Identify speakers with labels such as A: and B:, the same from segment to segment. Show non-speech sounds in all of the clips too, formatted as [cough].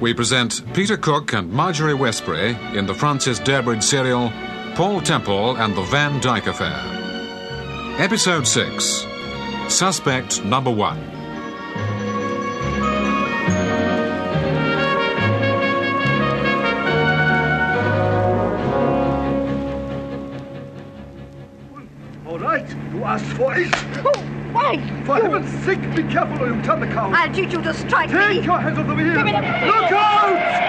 A: we present Peter Cook and Marjorie Westbury in the Francis Durbridge serial Paul Temple and the Van Dyke Affair. Episode 6 Suspect Number 1.
B: All right, you asked for it.
C: Oh, why?
B: For
C: you?
B: heaven's sake, be careful or you'll turn the cow.
C: I'll teach you to strike
B: Take
C: me.
B: your hands off the wheel.
C: Give me the-
B: Look out!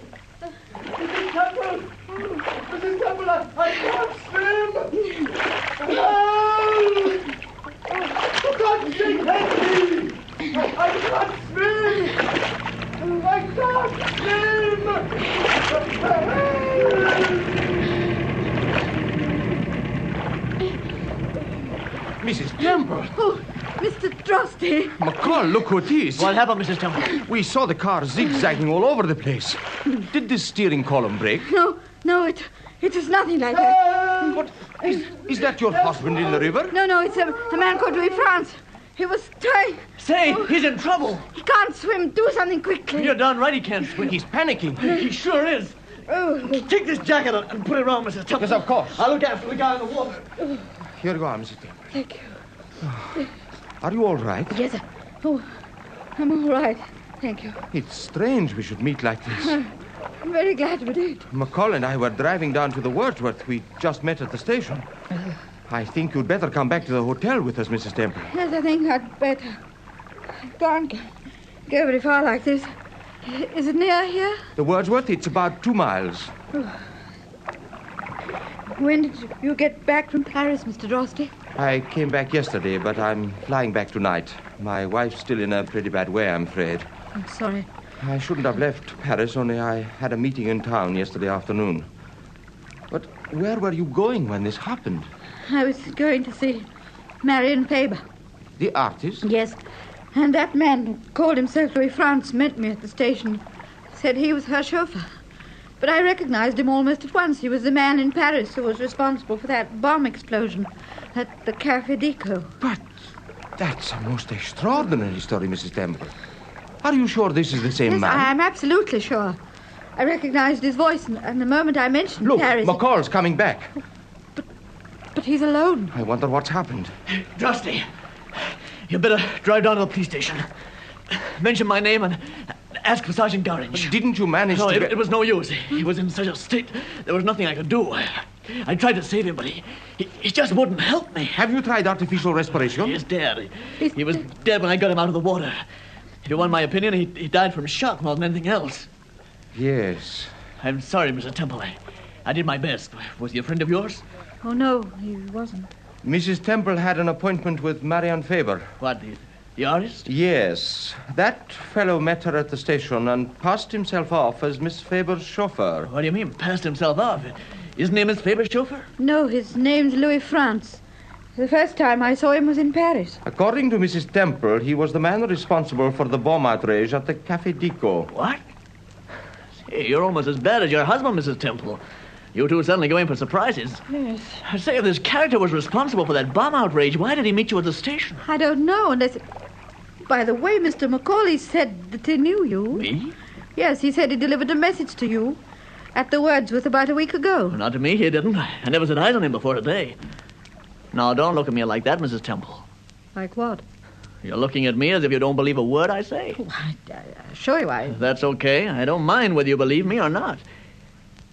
B: Mrs. Temple! Mrs. Temple, I, I can't swim! No! Oh, For God's sake, help me! I, I can't swim! I can't swim!
D: Mrs. Temple!
C: Oh, Mr. Drosty.
D: McCall, look who it is.
E: What happened, Mrs. Temple?
D: We saw the car zigzagging all over the place. Did the steering column break?
C: No, no, it, it was nothing like that.
D: What? Is, is that your husband in the river?
C: No, no, it's a, a man called Louis France. He was tied.
E: Say, he's in trouble.
C: He can't swim. Do something quickly.
E: You're darn right he can't swim.
D: He's panicking.
E: He sure is.
C: Oh,
E: Take this jacket on and put it round, Mrs. Temple.
D: Yes, of course.
E: I'll look after the guy in the water.
D: Here you are, Mrs. Temple.
C: thank you.
D: Are you all right?
C: Yes, sir. Oh, I'm all right. Thank you.
D: It's strange we should meet like this.
C: I'm very glad we did.
D: McCall and I were driving down to the Wordsworth. We just met at the station. I think you'd better come back to the hotel with us, Mrs. Temple.
C: Yes, I think I'd better. I can't go very far like this. Is it near here?
D: The Wordsworth, it's about two miles.
C: When did you get back from Paris, Mr. Drosty?
D: I came back yesterday, but I'm flying back tonight. My wife's still in a pretty bad way, I'm afraid.
C: I'm sorry.
D: I shouldn't have left Paris, only I had a meeting in town yesterday afternoon. But where were you going when this happened?
C: I was going to see Marion Faber.
D: The artist?
C: Yes. And that man who called himself Louis France met me at the station. Said he was her chauffeur. But I recognized him almost at once. He was the man in Paris who was responsible for that bomb explosion at the Café Deco.
D: But that's a most extraordinary story, Mrs. Temple. Are you sure this is the same
C: Yes,
D: man?
C: I am absolutely sure. I recognized his voice, and, and the moment I mentioned
D: Look,
C: Paris.
D: McCall's coming back.
C: But he's alone.
D: I wonder what's happened.
E: Dusty, you better drive down to the police station. Mention my name and ask for Sergeant Garage.
D: Didn't you manage
E: No,
D: to
E: it,
D: get-
E: it was no use. He was in such a state, there was nothing I could do. I tried to save him, but he, he, he just wouldn't help me.
D: Have you tried artificial respiration?
E: He is dead. He was dead when I got him out of the water. If you want my opinion, he, he died from shock more than anything else.
D: Yes.
E: I'm sorry, Mr. Temple. I, I did my best. Was he a friend of yours?
C: Oh, no, he wasn't.
D: Mrs. Temple had an appointment with Marian Faber.
E: What, the, the artist?
D: Yes. That fellow met her at the station and passed himself off as Miss Faber's chauffeur.
E: What do you mean, passed himself off? Isn't he Miss Faber's chauffeur?
C: No, his name's Louis France. The first time I saw him was in Paris.
D: According to Mrs. Temple, he was the man responsible for the bomb outrage at the Café Dico.
E: What? Say, you're almost as bad as your husband, Mrs. Temple. You two suddenly going for surprises.
C: Yes.
E: Say, if this character was responsible for that bomb outrage, why did he meet you at the station?
C: I don't know unless. By the way, Mr. Macaulay said that he knew you.
E: Me?
C: Yes, he said he delivered a message to you at the Wordsworth about a week ago.
E: Not to me, he didn't. I never set eyes on him before today. Now, don't look at me like that, Mrs. Temple.
C: Like what?
E: You're looking at me as if you don't believe a word I say.
C: I, I, I assure you, I.
E: That's okay. I don't mind whether you believe me or not.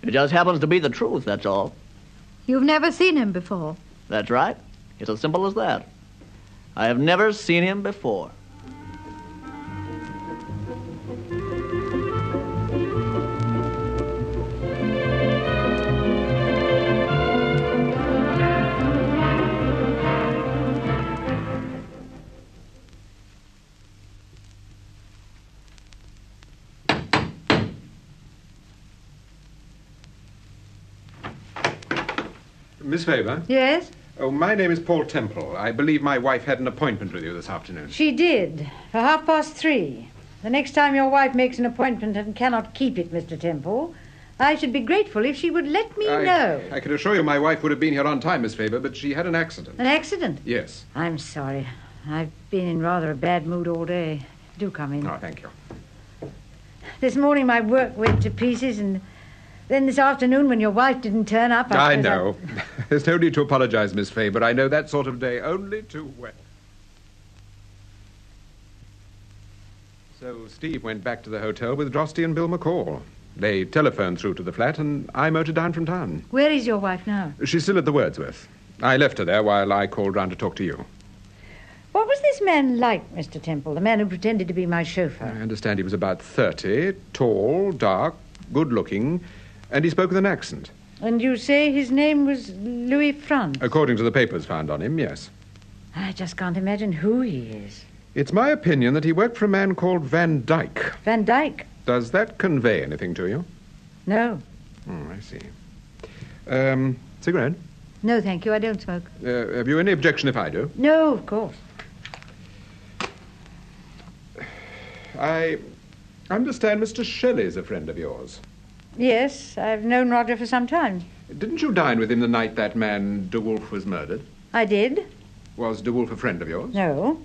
E: It just happens to be the truth, that's all.
C: You've never seen him before.
E: That's right. It's as simple as that. I have never seen him before.
F: Miss Faber,
G: Yes,
F: oh, my name is Paul Temple. I believe my wife had an appointment with you this afternoon.
G: she did. For half past three. The next time your wife makes an appointment and cannot keep it, Mr. Temple,
H: I should be grateful if she would let me
B: I,
H: know.
B: I can assure you my wife would have been here on time, Miss Faber, but she had an accident.
H: An accident?
B: Yes.
H: I'm sorry. I've been in rather a bad mood all day. Do come in.
B: Oh, thank you.
H: This morning my work went to pieces, and then this afternoon when your wife didn't turn up,
B: I
H: suppose
B: know. [laughs] There's no need to apologize, Miss Faber. I know that sort of day only too well. So Steve went back to the hotel with Drosty and Bill McCall. They telephoned through to the flat, and I motored down from town.
H: Where is your wife now?
B: She's still at the Wordsworth. I left her there while I called round to talk to you.
H: What was this man like, Mr. Temple, the man who pretended to be my
B: I
H: chauffeur?
B: understand he was about 30, tall, dark, good looking, and he spoke with an accent.
H: And you say his name was Louis Franz?
B: According to the papers found on him, yes.
H: I just can't imagine who he is.
B: It's my opinion that he worked for a man called Van Dyke.
H: Van Dyke?
B: Does that convey anything to you?
H: No.
B: Hmm, I see. Um, cigarette?
H: No, thank you. I don't smoke.
B: Uh, have you any objection if I do?
H: No, of course.
B: I understand Mr. Shelley's a friend of yours.
H: Yes, I've known Roger for some time.
B: Didn't you dine with him the night that man De Wolfe was murdered?
H: I did.
B: Was De Wolfe a friend of yours?
H: No.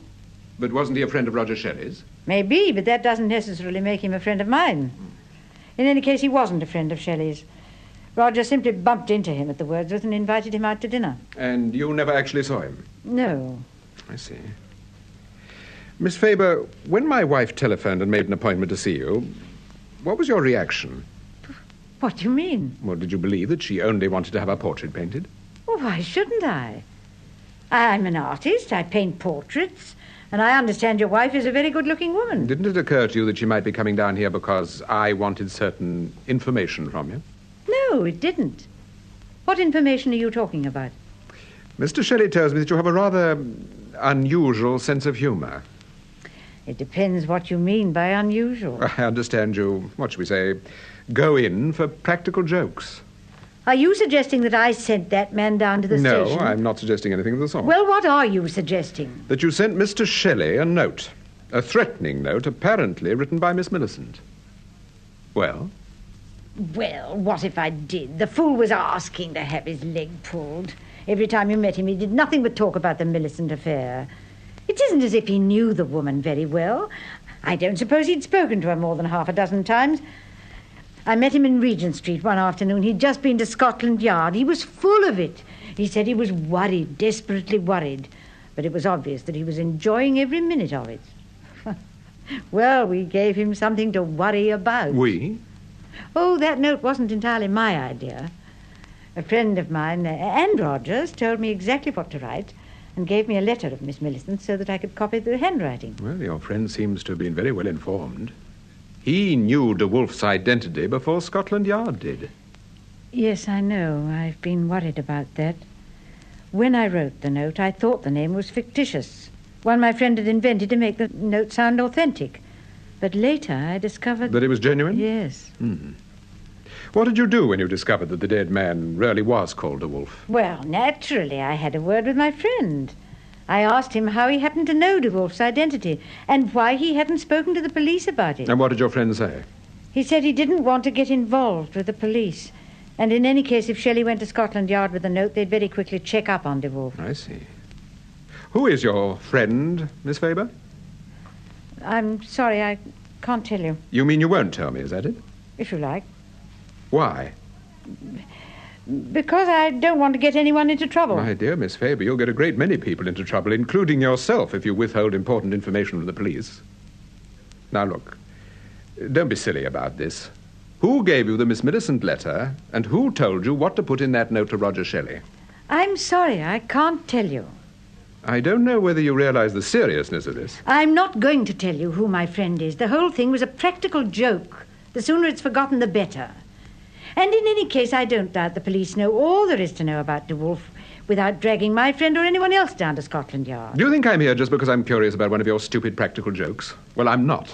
B: But wasn't he a friend of Roger Shelley's?
H: Maybe, but that doesn't necessarily make him a friend of mine. In any case, he wasn't a friend of Shelley's. Roger simply bumped into him at the Wordsworth and invited him out to dinner.
B: And you never actually saw him?
H: No.
B: I see. Miss Faber, when my wife telephoned and made an appointment to see you, what was your reaction?
H: What do you mean?
B: Well, did you believe that she only wanted to have her portrait painted?
H: Well, why shouldn't I? I'm an artist. I paint portraits. And I understand your wife is a very good looking woman.
B: Didn't it occur to you that she might be coming down here because I wanted certain information from you?
H: No, it didn't. What information are you talking about?
B: Mr. Shelley tells me that you have a rather unusual sense of humor.
H: It depends what you mean by unusual.
B: I understand you, what should we say, go in for practical jokes.
H: Are you suggesting that I sent that man down to the
B: no,
H: station?
B: I'm not suggesting anything of the sort.
H: Well, what are you suggesting?
B: that you sent Mr. Shelley a note, a threatening note apparently written by Miss Millicent. Well,
H: Well, what if I did? The fool was asking to have his leg pulled. Every time you met him, he did nothing but talk about the Millicent affair. It isn't as if he knew the woman very well. I don't suppose he'd spoken to her more than half a dozen times. I met him in Regent Street one afternoon. He'd just been to Scotland Yard. He was full of it. He said he was worried, desperately worried. But it was obvious that he was enjoying every minute of it. [laughs] well, we gave him something to worry about.
B: we?
H: Oh, that note wasn't entirely my idea. A friend of mine, uh, Anne Rogers, told me exactly what to write and gave me a letter of Miss Millicent so that I could copy the handwriting.
B: Well, your friend seems to have been very well informed. He knew De Wolf's identity before Scotland Yard did.
H: Yes, I know. I've been worried about that. When I wrote the note, I thought the name was fictitious, one my friend had invented to make the note sound authentic. But later I discovered.
B: That it was genuine?
H: Yes.
B: What did you do when you discovered that the dead man really was called De Wolf?
H: Well, naturally, I had a word with my friend. I asked him how he happened to know De Wolf's identity and why he hadn't spoken to the police about it.
B: And what did your friend say?
H: He said he didn't want to get involved with the police. And in any case, if Shelley went to Scotland Yard with a note, they'd very quickly check up on De Wolf.
B: I see. Who is your friend, Miss Faber?
H: I'm sorry, I can't tell you,
B: You mean you won't tell me, is that it?
H: if you like.
B: Why?
H: Because I don't want to get anyone into trouble.
B: My dear Miss Faber, you'll get a great many people into trouble, including yourself, if you withhold important information from the police. Now, look, don't be silly about this. Who gave you the Miss Millicent letter, and who told you what to put in that note to Roger Shelley?
H: I'm sorry, I can't tell you.
B: I don't know whether you realize the seriousness of this.
H: I'm not going to tell you who my friend is. The whole thing was a practical joke. The sooner it's forgotten, the better. And in any case, I don't doubt the police know all there is to know about De Wolf without dragging my friend or anyone else down to Scotland Yard.
B: Do you think I'm here just because I'm curious about one of your stupid practical jokes? Well, I'm not.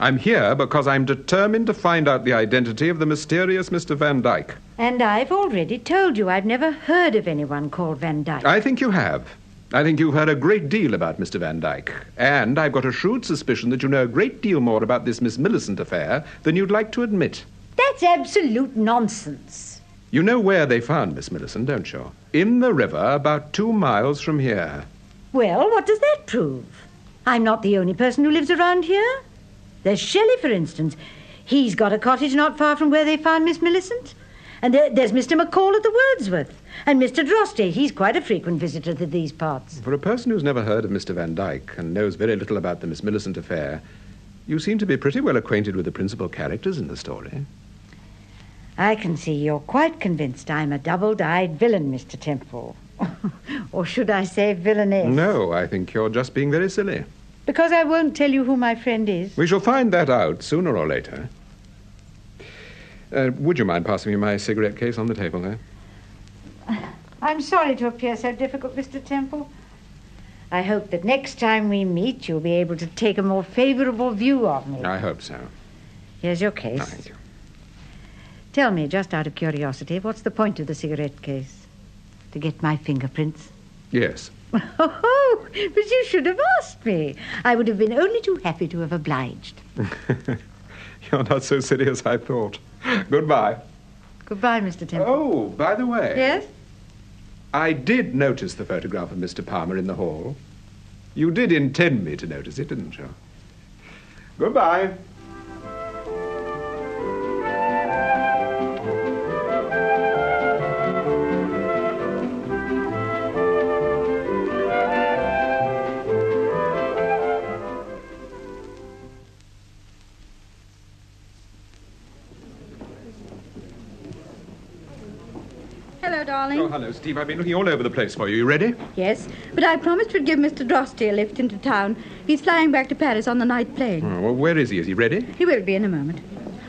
B: I'm here because I'm determined to find out the identity of the mysterious Mr. Van Dyke.
H: And I've already told you I've never heard of anyone called Van Dyke.
B: I think you have. I think you've heard a great deal about Mr. Van Dyke. And I've got a shrewd suspicion that you know a great deal more about this Miss Millicent affair than you'd like to admit.
H: That's absolute nonsense.
B: You know where they found Miss Millicent, don't you? In the river, about two miles from here.
H: Well, what does that prove? I'm not the only person who lives around here. There's Shelley, for instance. He's got a cottage not far from where they found Miss Millicent. And there, there's Mr. McCall at the Wordsworth. And Mr. Droste, he's quite a frequent visitor to these parts.
B: For a person who's never heard of Mr. Van Dyke and knows very little about the Miss Millicent affair, you seem to be pretty well acquainted with the principal characters in the story.
H: I can see you're quite convinced I'm a double-dyed villain, Mr. Temple. [laughs] or should I say villainess?
B: No, I think you're just being very silly.
H: Because I won't tell you who my friend is.
B: We shall find that out sooner or later. Uh, would you mind passing me my cigarette case on the table there?
H: I'm sorry to appear so difficult, Mr. Temple. I hope that next time we meet, you'll be able to take a more favorable view of me.
B: I hope so.
H: Here's your case.
B: Thank you.
H: Tell me, just out of curiosity, what's the point of the cigarette case? To get my fingerprints? [laughs]
B: Yes. [laughs]
H: Oh, but you should have asked me. I would have been only too happy to have obliged.
B: You're not so silly as I thought. Goodbye.
H: Goodbye, Mr. Temple.
B: Oh, by the way.
H: Yes?
B: I did notice the photograph of Mr. Palmer in the hall. You did intend me to notice it, didn't you? Goodbye.
C: Hello, darling.
B: Oh, hello, Steve. I've been looking all over the place for you. You ready?
C: Yes, but I promised we'd give Mr. Droste a lift into town. He's flying back to Paris on the night plane.
B: Oh, well, where is he? Is he ready?
C: He will be in a moment.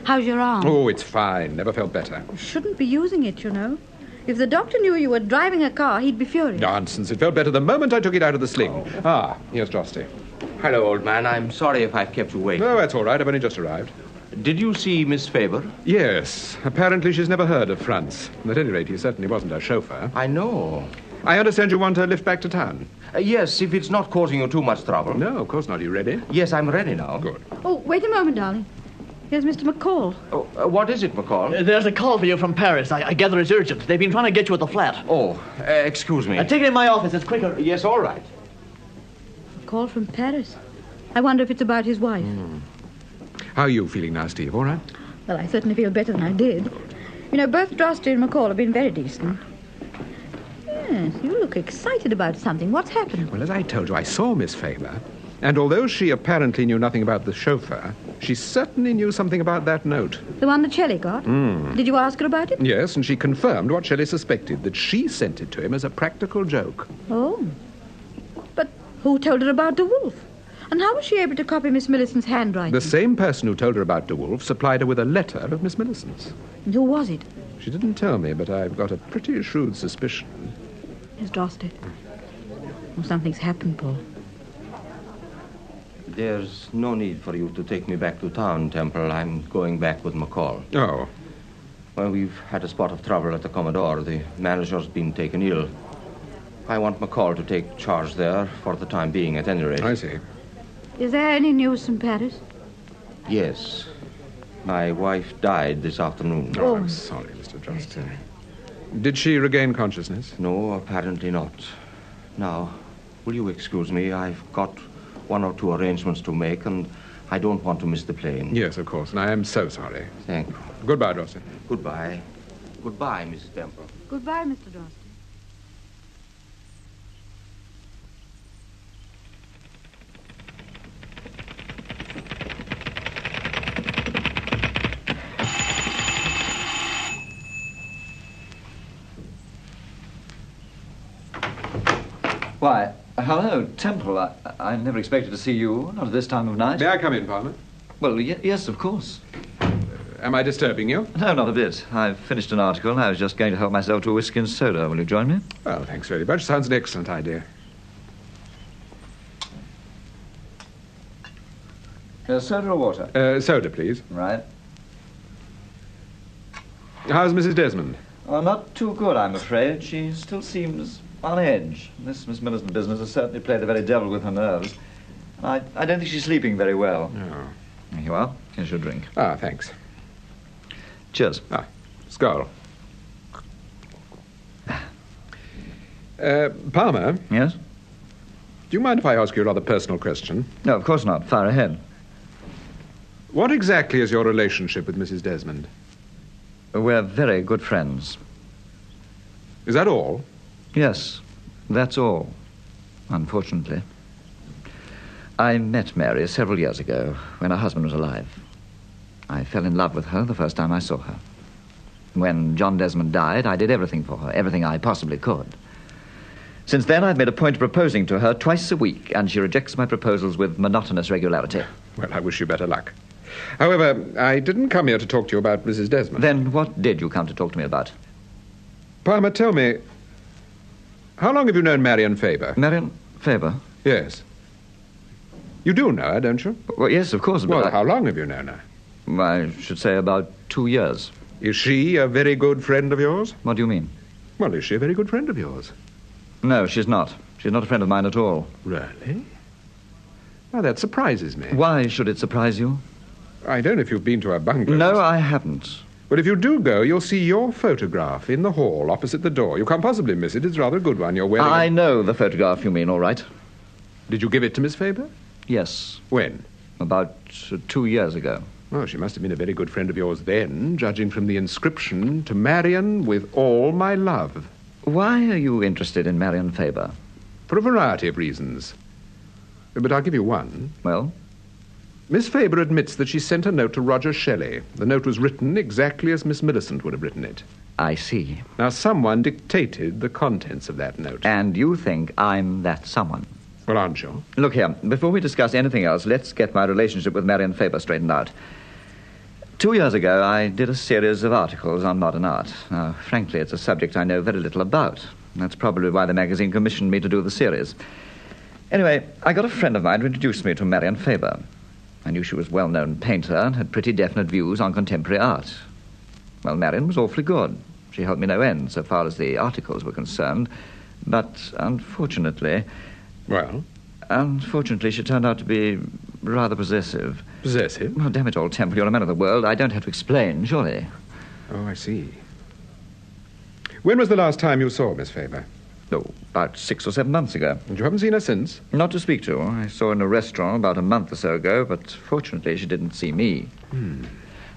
C: How's your arm?
B: Oh, it's fine. Never felt better.
C: You shouldn't be using it, you know. If the doctor knew you were driving a car, he'd be furious.
B: Nonsense. It felt better the moment I took it out of the sling. Ah, here's Drosty.
D: Hello, old man. I'm sorry if I've kept you waiting.
B: No, that's all right. I've only just arrived.
D: Did you see Miss Faber?
B: Yes. Apparently she's never heard of France. At any rate, he certainly wasn't her chauffeur.
D: I know.
B: I understand you want her lift back to town.
D: Uh, yes, if it's not causing you too much trouble.
B: No, of course not. Are you ready?
D: Yes, I'm ready now.
B: Good.
C: Oh, wait a moment, darling. Here's Mr. McCall.
D: Oh, uh, what is it, McCall?
I: There's a call for you from Paris. I, I gather it's urgent. They've been trying to get you at the flat.
D: Oh, uh, excuse me.
I: Uh, take it in my office. It's quicker.
D: yes, all right.
C: A call from Paris. I wonder if it's about his wife.
B: How are you feeling now, Steve? All right?
C: Well, I certainly feel better than I did. You know, both Droste and McCall have been very decent. Yes, you look excited about something. What's happened?
B: Well, as I told you, I saw Miss Faber. And although she apparently knew nothing about the chauffeur, she certainly knew something about that note.
C: The one that Shelley got?
B: Hmm.
C: Did you ask her about it?
B: Yes, and she confirmed what Shelley suspected that she sent it to him as a practical joke.
C: Oh. But who told her about the wolf? And how was she able to copy Miss Millicent's handwriting?
B: The same person who told her about De Wolf supplied her with a letter of Miss Millicent's.
C: And Who was it?
B: She didn't tell me, but I've got a pretty shrewd suspicion.
C: Miss Droste. Well, something's happened, Paul.
D: There's no need for you to take me back to town, Temple. I'm going back with McCall.
B: Oh,
D: Well, we've had a spot of trouble at the Commodore. The manager's been taken ill. I want McCall to take charge there for the time being, at any rate.
B: I see.
C: Is there any news from Paris?
D: Yes. My wife died this afternoon.
B: Oh, I'm sorry, Mr. Johnston. Did she regain consciousness?
D: No, apparently not. Now, will you excuse me? I've got one or two arrangements to make, and I don't want to miss the plane.
B: Yes, of course, and I am so sorry.
D: Thank you.
B: Goodbye, Drosy.
D: Goodbye. Goodbye, Mrs. Temple.
C: Goodbye, Mr. Droste.
E: Why, hello, Temple. I, I never expected to see you, not at this time of night.
B: May I come in, Palmer?
E: Well, y- yes, of course.
B: Am I disturbing you?
E: No, not a bit. I've finished an article and I was just going to help myself to a whiskey and soda. Will you join me?
B: Well, thanks very much. Sounds an excellent idea.
E: Uh, soda or water?
B: Uh, soda, please.
E: Right.
B: How's Mrs. Desmond?
E: Oh, not too good, I'm afraid. She still seems on edge. This Miss Millicent business has certainly played the very devil with her nerves. I, I don't think she's sleeping very well.
B: No.
E: Here you are. Here's your drink.
B: Ah, thanks.
E: Cheers.
B: Ah, Skull. Uh, Palmer, do
E: Yes?
B: you mind if I ask you a rather personal question?
E: No, of course not. Fire ahead.
B: What exactly is your relationship with Mrs. Desmond?
E: We're very good friends.
B: Is that all?
E: Yes, that's all, unfortunately. I met Mary several years ago when her husband was alive. I fell in love with her the first time I saw her. When John Desmond died, I did everything for her, everything I possibly could. Since then, I've made a point of proposing to her twice a week, and she rejects my proposals with monotonous regularity.
B: Well, I wish you better luck. However, I didn't come here to talk to you about Mrs. Desmond.
E: Then what did you come to talk to me about?
B: Palmer, tell me, how long have you known Marion Faber?
E: Marion Faber?
B: Yes. You do know her, don't you?
E: Well, yes, of course,
B: well,
E: but
B: how long have you known her?
E: I, I should say about two years.
B: Is she a very good friend of yours?
E: What do you mean?
B: Well, is she a very good friend of yours?
E: No, she's not. She's not a friend of mine at all.
B: Really? Now, that surprises me.
E: Why should it surprise you?
B: I don't know if you've been to her bungalow.
E: No, I haven't.
B: Well, if you do go, you'll see your photograph in the hall opposite the door. You can't possibly miss it. It's rather a good one. You're wearing.
E: I
B: it.
E: know the photograph you mean, all right.
B: Did you give it to Miss Faber?
E: Yes,
B: When?
E: about uh, two years ago.
B: Well, she must have been a very good friend of yours then, judging from the inscription to Marion with all my love.
E: Why are you interested in Marion Faber?
B: For a variety of reasons. But I'll give you one.
E: Well,
B: Miss Faber admits that she sent a note to Roger Shelley. The note was written exactly as Miss Millicent would have written it.
E: I see.
B: Now, someone dictated the contents of that note.
E: And you think I'm that someone.
B: Well, aren't you?
E: Look here, before we discuss anything else, let's get my relationship with Marion Faber straightened out. Two years ago, I did a series of articles on modern art. Now, frankly, it's a subject I know very little about. That's probably why the magazine commissioned me to do the series. Anyway, I got a friend of mine to introduce me to Marion Faber. I knew she was a well known painter and had pretty definite views on contemporary art. Well, Marion was awfully good. She helped me no end so far as the articles were concerned. But unfortunately,
B: Well,
E: Unfortunately, she turned out to be rather possessive.
B: possessive.
E: Well, damn it all, Temple, you're a man of the world. I don't have to explain, surely.
B: Oh, I see. When was the last time you saw Miss Faber?
E: Oh, about six or seven months ago.
B: And you haven't seen her since?
E: Not to speak to. I saw her in a restaurant about a month or so ago, but fortunately she didn't see me.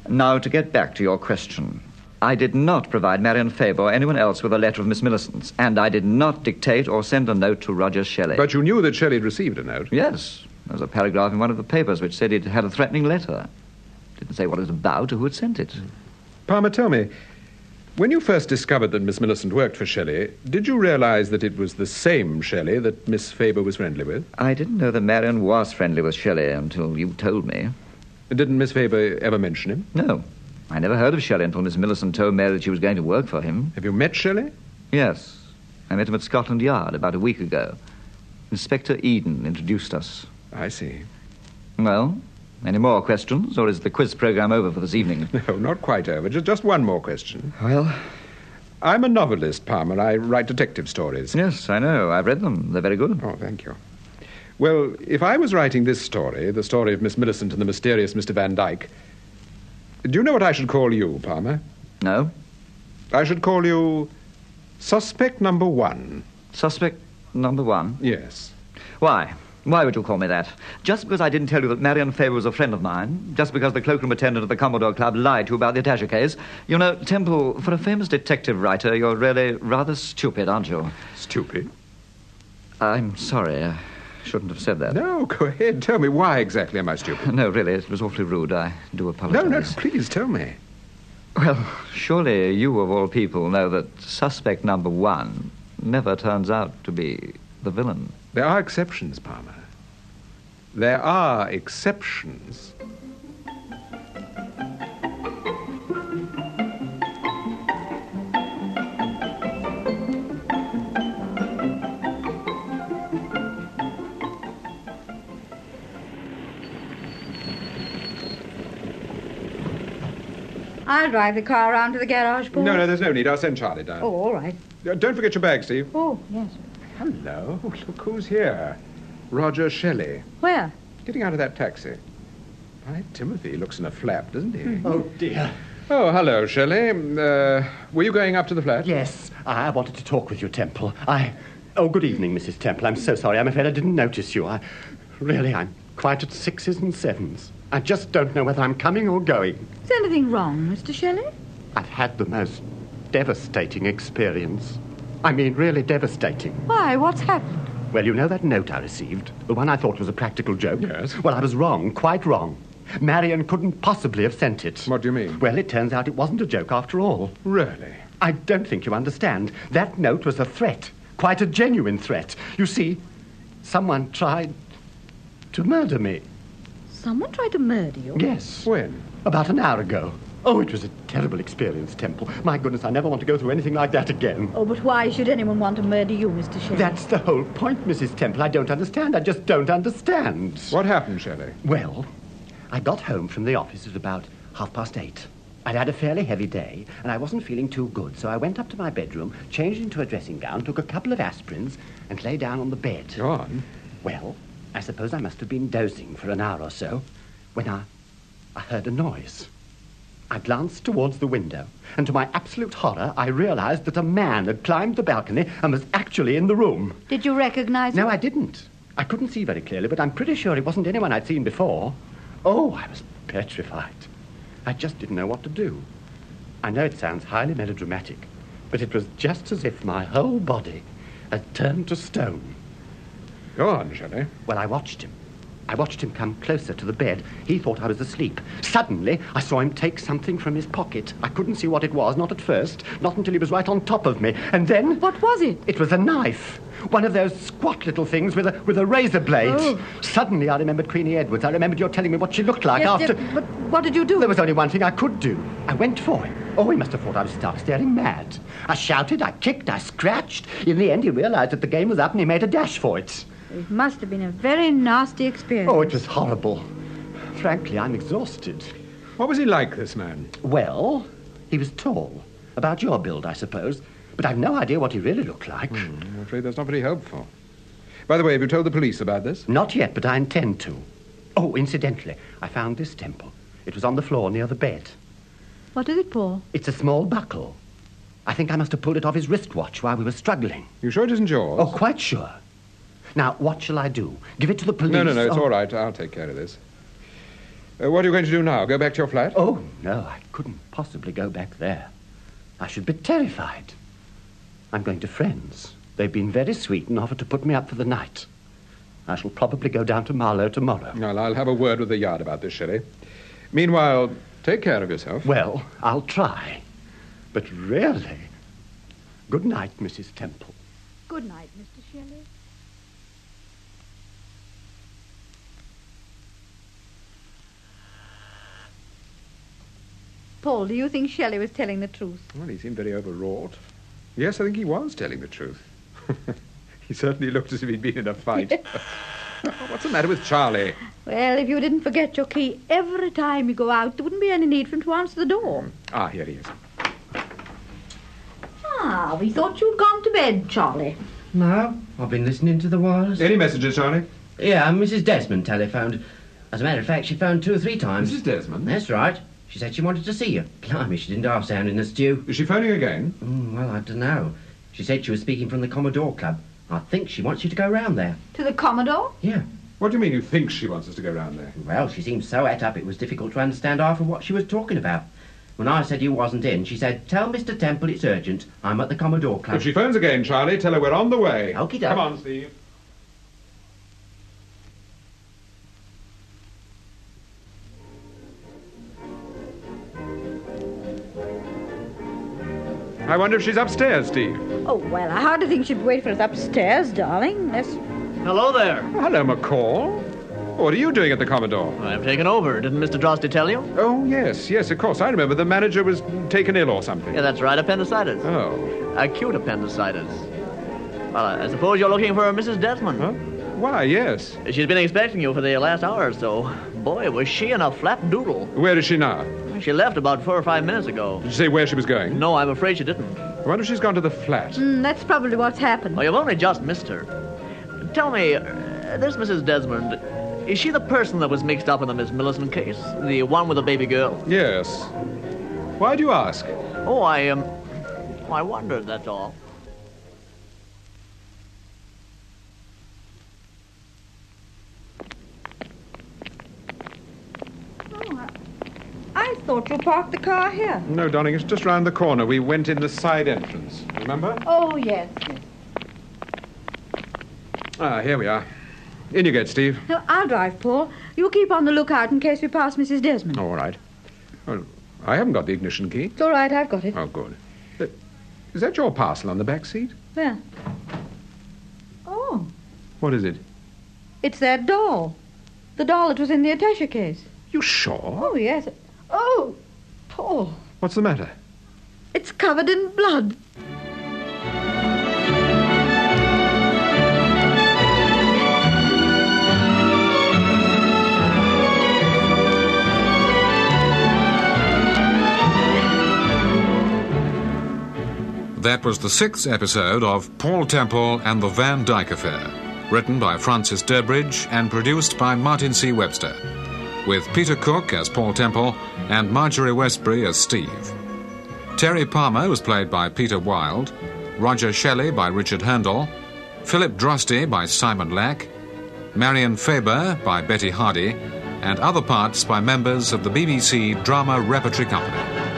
E: Now, to get back to your question. I did not provide Marion Faber or anyone else with a letter of Miss Millicent's, and I did not dictate or send a note to Roger Shelley.
B: But you knew that Shelley had received a note.
E: Yes. There was a paragraph in one of the papers which said it had a threatening letter. Didn't say what it was about or who had sent it.
B: Palmer, tell me, when you first discovered that Miss Millicent worked for Shelley, did you realize that it was the same Shelley that Miss Faber was friendly with?
E: I didn't know that Marion was friendly with Shelley until you told me.
B: Didn't Miss Faber ever mention him?
E: No. I never heard of Shelley until Miss Millicent told Mary that she was going to work for him.
B: Have you met Shelley?
E: Yes. I met him at Scotland Yard about a week ago. Inspector Eden introduced us.
B: I see. [laughs]
E: Well, any more questions, or is the quiz program over for this evening?
B: No, not quite over. Just, just one more question.
E: well,
B: I'm a novelist, Palmer. I write detective stories.
E: yes, I know. I've read them. They're very good.
B: Oh, thank you. Well, if I was writing this story, the story of Miss Millicent and the mysterious Mr. Van Dyke, do you know what I should call you, Palmer?
E: No?
B: I should call you suspect number one.
E: Suspect number one.
B: Yes.
E: Why? Why would you call me that? Just because I didn't tell you that Marion Faber was a friend of mine, just because the cloakroom attendant at the Commodore Club lied to you about the attaché case. You know, Temple, for a famous detective writer, you're really rather stupid, aren't you?
B: Stupid.
E: I'm sorry. I shouldn't have said that.
B: No, go ahead. Tell me why exactly am I stupid?
E: No, really, it was awfully rude. I do
B: No,
E: apologize.
B: no, please tell me.
E: Well, surely you of all people know that suspect number one never turns out to be the villain.
B: There are exceptions, Palmer. There are exceptions.
C: I'll drive the car around to the garage, Paul.
B: No, no, there's no need. I'll send Charlie down.
C: Oh, all right.
B: Uh, Don't forget your bag, Steve.
C: Oh, yes.
B: Hello. Look who's here. Roger Shelley.
C: Where?
B: Getting out of that taxi. Why, Timothy looks in a flap, doesn't he?
I: Oh, dear.
B: Oh, hello, Shelley. Uh, were you going up to the flat?
J: Yes, Ah, I wanted to talk with you, Temple. I. Oh, good evening, Mrs. Temple. I'm so sorry. I'm afraid I didn't notice you. I. Really, I'm quite at sixes and sevens. I just don't know whether I'm coming or going.
C: Is anything wrong, Mr. Shelley?
J: I've had the most devastating experience. I mean, really devastating.
C: Why, what's happened?
J: Well, you know that note I received? The one I thought was a practical joke?
B: Yes.
J: Well, I was wrong, quite wrong. Marian couldn't possibly have sent it.
B: What do you mean?
J: Well, it turns out it wasn't a joke after all.
B: Really?
J: I don't think you understand. That note was a threat, quite a genuine threat. You see, someone tried to murder me.
C: Someone tried to murder you.
J: Yes.
B: When?
J: About an hour ago. Oh, it was a terrible experience, Temple. My goodness, I never want to go through anything like that again.
C: Oh, but why should anyone want to murder you, Mr. Shelley?
J: That's the whole point, Mrs. Temple. I don't understand. I just don't understand.
B: What happened, Shelley?
J: Well, I got home from the office at about half past eight. I'd had a fairly heavy day, and I wasn't feeling too good, so I went up to my bedroom, changed into a dressing gown, took a couple of aspirins, and lay down on the bed.
B: Go on.
J: Well, I suppose I must have been dozing for an hour or so when I, I heard a noise. I glanced towards the window, and to my absolute horror, I realized that a man had climbed the balcony and was actually in the room.
C: Did you recognize
J: No,
C: him?
J: I didn't. I couldn't see very clearly, but I'm pretty sure it wasn't anyone I'd seen before. Oh, I was petrified. I just didn't know what to do. I know it sounds highly melodramatic, but it was just as if my whole body had turned to stone.
B: Go on, Shelley.
J: Well, I watched him. I watched him come closer to the bed. He thought I was asleep. Suddenly, I saw him take something from his pocket. I couldn't see what it was, not at first, not until he was right on top of me. And then.
C: What was it?
J: It was a knife. One of those squat little things with a, with a razor blade.
C: Oh.
J: Suddenly, I remembered Queenie Edwards. I remembered your telling me what she looked like
C: Yes,
J: after.
C: dear, but what did you do?
J: There was only one thing I could do. I went for him. Oh, he must have thought I was stark staring mad. I shouted, I kicked, I scratched. In the end, he realized that the game was up and he made a dash for it.
C: It must have been a very nasty experience.
J: Oh, it was horrible. Frankly, I'm exhausted.
B: What was he like, this man?
J: Well, he was tall. About your build, I suppose. But I've no idea what he really looked like.
B: Mm, I'm afraid that's not very helpful. By the way, have you told the police about this?
J: Not yet, but I intend to. Oh, incidentally, I found this temple. It was on the floor near the bed. Oh.
C: What is it for?
J: It's a small buckle. I think I must have pulled it off his wristwatch while we were struggling.
B: You sure it isn't yours?
J: Oh, quite sure. Now, what shall I do? Give it to the police? Oh.
B: no, no, no, it's
J: or-
B: all right. I'll take care of this. Uh, what are you going to do now? Go back to your flat?
J: Oh, no, I couldn't possibly go back there. I should be terrified. I'm going to friends. They've been very sweet and offered to put me up for the night. I shall probably go down to Marlow tomorrow.
B: Well, I'll have a word with the yard about this, Shelley. Meanwhile, take care of yourself.
J: Well, I'll try. But really. Good night, Mrs. Temple.
C: Good night, Mr. Shelley. Paul, do you think Shelley was telling the truth?
B: Well, he seemed very overwrought. Yes, I think he was telling the truth. [laughs] he certainly looked as if he'd been in a fight. [laughs] What's the matter with Charlie?
C: Well, if you didn't forget your key every time you go out, there wouldn't be any need for him to answer the door.
B: Ah, here he is.
C: Ah, we thought you'd gone to bed, Charlie.
K: No, I've been listening to the wires.
B: Any messages, Charlie?
K: Yeah, Mrs. Desmond telephoned. As a matter of fact, she phoned two or three times.
B: Mrs. Desmond?
K: That's right. She said she wanted to see you. Blimey, she didn't half sound in the stew.
B: Is she phoning again?
K: Mm, well, I don't know. She said she was speaking from the Commodore Club. I think she wants you to go round there.
C: To the Commodore?
K: Yeah.
B: What do you mean you think she wants us to go round there?
K: Well, she seemed so et up it was difficult to understand half of what she was talking about. When I said you wasn't in, she said, Tell Mr. Temple it's urgent. I'm at the Commodore Club.
B: If Oh, she phones again, Charlie, tell her we're on the way.
K: Okey-doke.
B: Come on, Steve. I wonder if she's upstairs, Steve.
C: Oh, well, I hardly think she'd wait for us upstairs, darling. Unless...
I: Hello there.
B: Oh, hello, McCall. What are you doing at the Commodore?
I: I've taken over. Didn't Mr. Drosty tell you?
B: Oh, yes, yes, of course. I remember the manager was taken ill or something.
I: Yeah, that's right. Appendicitis.
B: Oh.
I: Acute appendicitis. Well, I I suppose you're looking for Mrs. Desmond.
B: Huh? Why, yes.
I: She's been expecting you for the last hour or so. Boy, was she in a flap doodle.
B: Where is she now?
I: She left about four or five minutes ago.
B: Did you say where she was going?
I: No, I'm afraid she didn't.
B: I wonder if she's gone to the flat.
C: Mm, that's probably what's happened.
I: Well, you've only just missed her. Tell me, uh, this Mrs. Desmond, is she the person that was mixed up in the Miss Millicent case? The one with the baby girl?
B: Yes. Why do you ask?
I: Oh, I, um, I wondered, that's all.
C: I thought you parked the car here.
B: No, darling, it's just round the corner. We went in the side entrance. Remember?
C: Oh, yes.
B: Ah, here we are. In you get, Steve.
C: No, I'll drive, Paul. You keep on the lookout in case we pass Mrs. Desmond.
B: All right. Well, I haven't got the ignition key.
C: It's all right, I've got it.
B: Oh, good. Uh, Is that your parcel on the back seat?
C: There. Oh,
B: What is it?
C: it's that doll. The doll that was in the attache case.
B: You sure?
C: Oh, yes. Oh, Paul.
B: What's the matter?
C: It's covered in blood.
A: That was the sixth episode of Paul Temple and the Van Dyke Affair, written by Francis Durbridge and produced by Martin C. Webster, with Peter Cook as Paul Temple and Marjorie Westbury as Steve. Terry Palmer was played by Peter Wilde, Roger Shelley by Richard Handel, Philip Drosty by Simon Lack, Marion Faber by Betty Hardy, and other parts by members of the BBC Drama Repertory Company.